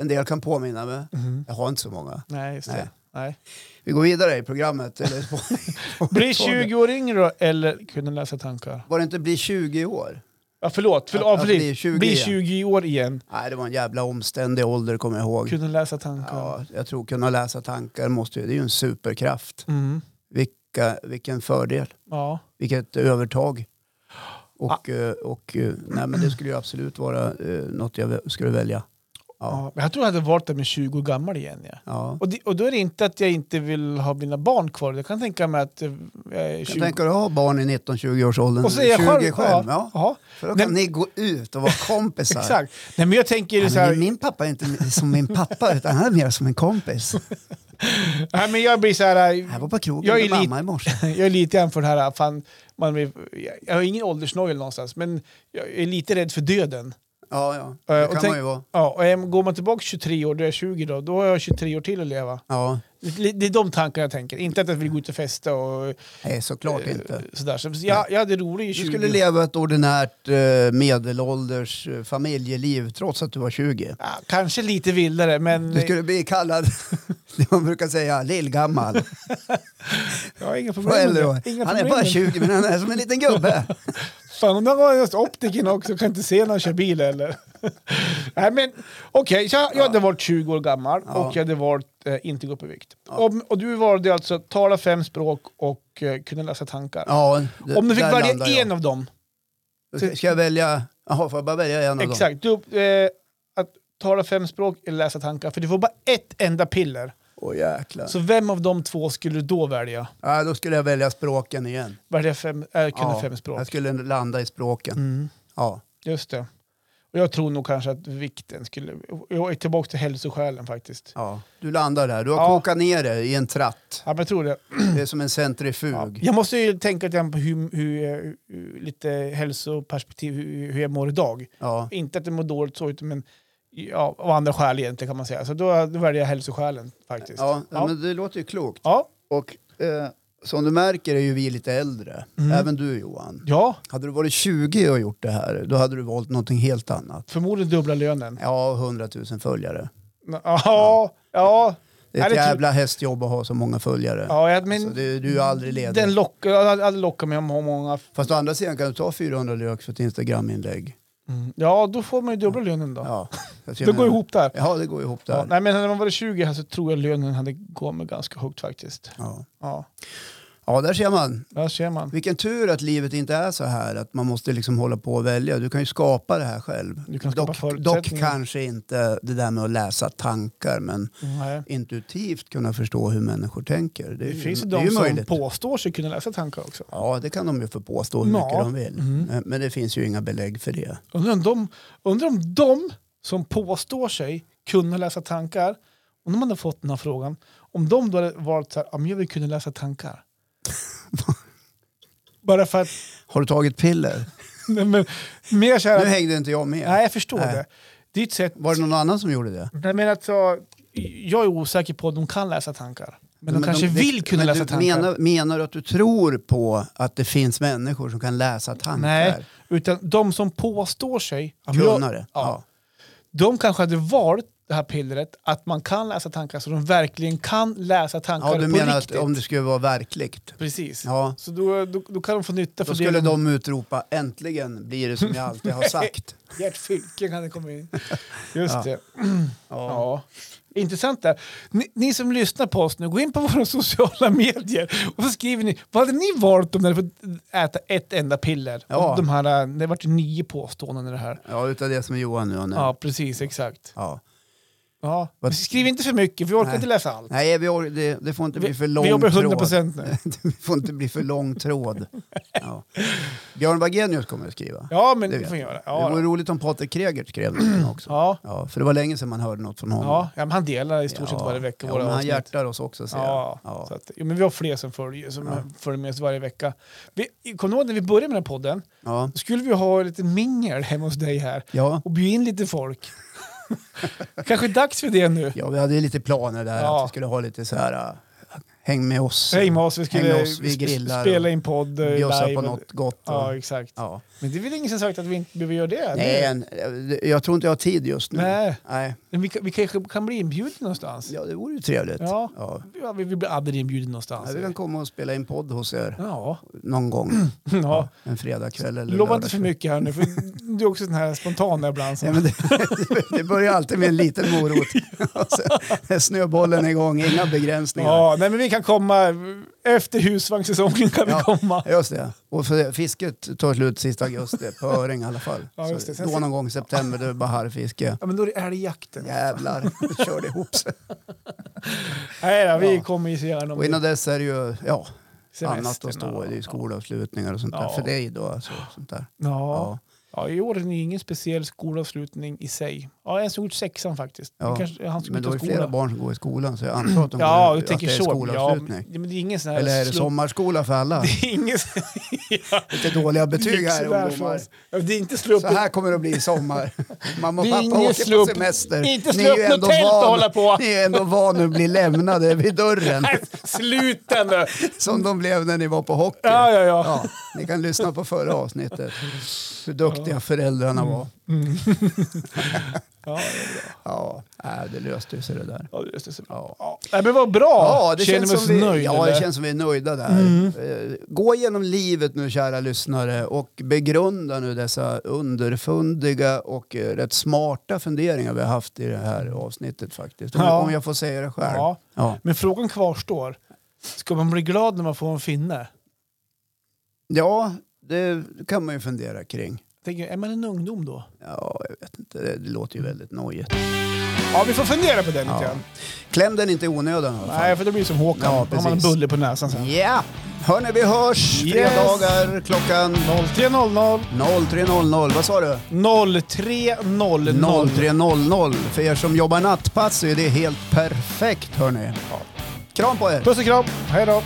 en del kan påminna mig. Jag har inte så många. Nej, just det. Nej. Nej. Vi går vidare i programmet. Eller, Bli 20 år yngre då, eller kunna läsa tankar? Var det inte bli 20 år? Ja, förlåt, för, Att- ja, att precis. bli 20 bli igen. 20 år igen, Nej, det var en jävla omständig ålder kommer jag ihåg. kunna läsa tankar. Ja, jag tror kunna läsa tankar måste ju, det är ju en superkraft. Mm. Vilka, vilken fördel, Ja. vilket övertag. Och, Ah. eh, och eh, nej, men det skulle ju absolut vara eh, något jag vä- skulle välja. Ja, Ja. Men Jag tror jag hade varit där med 20 år gammal igen. Ja. ja. Och, det, och då är det inte att jag inte vill ha mina barn kvar. Jag kan tänka mig att eh, jag är Jag 20. tänker att ha barn i 19-20-årsåldern. och så är jag 20 själv. ja. ja. För då kan Nej. ni gå ut och vara kompisar. Exakt. Nej, men jag tänker ju Nej, så men här, min pappa är inte som min pappa, utan han är mer som en kompis. nej, men jag blir så här, Han var på krogen Jag är med lite- mamma i morse. jag är lite grann för det här, fan, man, blir- jag har ingen åldersnojel någonstans, men jag är lite rädd för döden. Ja, ja. Eh, Det och kan tänk- man ju vara. Ja, och em, går man tillbaka 23 år, då är jag 20 då, då har jag 23 år till att leva. Ja, Det det är de tankarna jag tänker. Inte att jag vill gå ut och festa och eh, nej såklart inte. sådär. Så jag, jag hade roligt i Du 20 skulle leva ett ordinärt eh, medelålders eh, familjeliv trots att du var 20. Ja, kanske lite vildare, men Du skulle bli kallad, det man brukar säga, lillgammal. jag har inga På problem äldre med år. det. Inga Han är problem bara med det. 20 men han är som en liten gubbe. Fan, om det var just optiken också, kan inte se när han kör bil eller. Nej, men okej, så jag, jag hade varit 20 år gammal Ja. och jag hade varit eh, inte gå upp i vikt. Och, och du valde alltså att tala fem språk och eh, kunna läsa tankar. Ja, det- Om du fick där välja landar jag. en av dem, Ska- Ska jag välja? Jaha, får jag bara välja en av dem? exakt. Du, eh, att tala fem språk eller läsa tankar, för du får bara ett enda piller. Åh jäklar. Så vem av de två skulle du då välja? Ja, då skulle jag välja språken igen. Välja fem, äh, kunna ja, fem språk. Jag skulle landa i språken. Mm. Ja. Just det. Och jag tror nog kanske att vikten skulle... Jag är tillbaka till hälsoskälen faktiskt. ja. Du landar där. Du har Ja. kokat ner dig i en tratt. Ja, men jag tror det. Det är som en Ja. centrifug. Jag måste ju tänka lite grann på hur, hur, hur, lite hälsoperspektiv, hur, hur jag mår idag. Ja. Inte att jag mår dåligt så, utan men ja, av andra skäl egentligen kan man säga. Så då, då väljer jag hälsoskälen faktiskt. Ja. Ja. ja, men det låter ju klokt. Ja. Och eh, som du märker är ju vi lite äldre. Mm. Även du Johan. Hade du varit 20 och gjort det här, då hade du valt någonting helt annat. förmodligen dubbla lönen. Ja, 100 000 följare. Ja, ja. Det är ett Ja, det tror- jävla hästjobb att ha så många följare. ja, jag- men alltså, du, du är aldrig ledig. den lockar, jag hade lockat mig om många... Fast å andra sidan kan du ta 400 lök för ett Instagram-inlägg. Ja, då får man ju dubbla lönen då. Mm. Ja. Jag ser Det går nu- ihop där. Ja, det går ihop där. Ja, Ja, nej, men när man var 20 här så tror jag lönen hade gått med ganska högt faktiskt. ja. Ja, där ser man. där ser man. Vilken tur att livet inte är så här, att man måste liksom hålla på och välja. Du kan ju skapa det här själv. Du kan skapa dock, dock förutsättningar. kanske inte det där med att läsa tankar, men Nej. intuitivt kunna förstå hur människor tänker. Det, är Det ju- finns ju det är de ju som möjligt. påstår sig kunna läsa tankar också. Ja, det kan de ju få påstå hur Ja. mycket de vill. Eh, Mm. Men- Men det finns ju inga belägg för det. Undrar om de, undrar om de som påstår sig kunna läsa tankar, om de hade fått den här frågan, om de då hade valt så här, "Ja, men jag vill kunna läsa tankar. Bara för att, Har du tagit piller? nej, men, mer så Nu här, hängde inte jag med. Äh. nej jag förstår Nej. det. Det är ett sätt, Var det någon annan som gjorde det? nej, men alltså, jag är osäker på att de kan läsa tankar. Men de kanske det- vill kunna men läsa du tankar. Menar, menar du att du tror på att det finns människor som kan läsa tankar? Nej, utan de som påstår sig ja, men jag- Kunna det? Ja. De kanske hade valt det här pillret att man kan läsa tankar så de verkligen kan läsa tankar ja. ja du på menar riktigt. att om det skulle vara verkligt? Precis. Ja. Så då, då, då kan de få nytta Då för skulle det. de utropa äntligen blir det som jag alltid har sagt. Gert Fylking hade kommit in. Just Ja. det. Ja. Intressant där. Ni, ni som lyssnar på oss nu, gå in på våra sociala medier och så skriver ni, vad hade ni valt om ni hade fått äta ett enda piller? Ja. Och De här, eh, det har varit nio påståenden i det här. Ja, utav det som är Johan nu. nu. Ja, precis, exakt. Ja. Ja, Vad- skriv inte för mycket, för vi orkar Nej. inte läsa allt. Nej, vi, or- det, det får inte Vi, bli för lång vi jobbar 100 tråd. procent nu. det får inte bli för lång tråd. Ja. Björn Wagenius kommer att skriva. Ja, men Det det vet får vi göra. det vore Ja, roligt om Patrik Kreger skrev någonting också. ja, Ja, för det var länge sedan man hörde något från honom. ja. ja, men han delar i stort sett Ja. varje vecka ja, våra men Han avsnitt. hjärtar oss också ser Ja, jag. Ja. Så att, jo, men vi har fler som följer, som Ja. följer med oss varje vecka. Vi, kom du ihåg när vi började med den här podden? Ja. Då skulle vi ha lite mingel hemma hos dig här Ja. och bjuda in lite folk. Kanske dags för det nu. ja, vi hade ju lite planer där Ja. att vi skulle ha lite så här, äh, häng med oss, Häng med oss, vi Häng med skulle oss, vi grillar och spela in podd eh, bjussa live. på något gott. Och, Ja, ja. exakt. Men det är väl ingen som sagt att vi inte behöver göra det? Nej, en, jag tror inte jag har tid just nu. Nej. Nej. Men vi, kan- vi kanske kan bli inbjudna någonstans. Ja, det vore ju trevligt. Ja. Ja. Ja, vi, vi blir aldrig inbjudna någonstans. Ja, vi kan komma och spela in podd hos er Ja, någon gång. ja. En fredagkväll eller Lova lördagskväll. inte för mycket här nu, för du är också sån här spontan ibland. Nej, Så. men det, det börjar alltid med en liten morot. Och sen är snöbollen igång, inga begränsningar. Ja, nej, men vi kan komma efter husvagnssäsongen. Kan Ja. vi komma. Just det. Och för fisket tar slut sista augusti, på öring i alla fall. Ja, just det. Så Sen- då någon gång i september, då är det bara harrfiske. Ja, men då är det älgjakten. Jävlar, då kör det ihop sig. Nej, då, vi Ja. kommer ju så gärna om Och innan dess är det ju ja, semestern annat att stå i, det är och- skolavslutningar och sånt där. Ja. För dig då, alltså, sånt där. Ja. Ja. Ja, I år är det ingen speciell skolavslutning i sig. Ja, en som gjort sexan faktiskt. Ja, Men kanske, han ska Men inte då är det ha flera skola. barn som går i skolan så jag antar att, de Ja, går, du att det tänker är så. Ja, skolavslutning. men, men det är ingen sån här... Eller är det slump- sommarskola för alla? Det är ingen... sån- ja, Lite dåliga betyg gick här sådär ungdomar. för- Ja, Det är inte Så slumpen. här kommer det att bli i sommar. Mamma och Det är pappa ingen åker slump. på semester. Inte Ni är ju slump, ändå något tält att van- hålla på. Ni är ändå vana att bli lämnade vid dörren. Nej, Sluta nu! Som de blev när ni var på hockey. Ja, ja, ja. Ja, ni kan lyssna på förra avsnittet. Hur duktiga föräldrarna var. Mm. ja. Ja, nej, det löste ju sig det där. ja, just det, så bra. Ja. Ja. Nej, men vad bra! Ja, det Känner känns mig som så vi, nöjd. ja, det eller? Mm. känns som vi är nöjda där. Eh, Gå igenom livet nu kära lyssnare och begrunda nu dessa underfundiga och eh, rätt smarta funderingar vi har haft i det här avsnittet faktiskt. Om, Ja. om jag får säga det själv. Ja. Ja. Men frågan kvarstår. Ska man bli glad när man får en finne? ja, det kan man ju fundera kring. Jag Tänker, är man en ungdom då? Ja, jag vet inte. Det, det låter ju väldigt nojigt. Ja, vi får fundera på den lite Ja. grann. Kläm den inte i onödan i alla fall. Nej, för det blir som Håkan. Ja, Ja, har man en precis. bulle på näsan sen. Ja! Hörni, vi hörs Yes. fredagar klockan 0300 03.00. Vad sa du? 0300 03.00. För er som jobbar nattpass så är det helt perfekt hörni. Kram på er! Puss och kram. Hej då.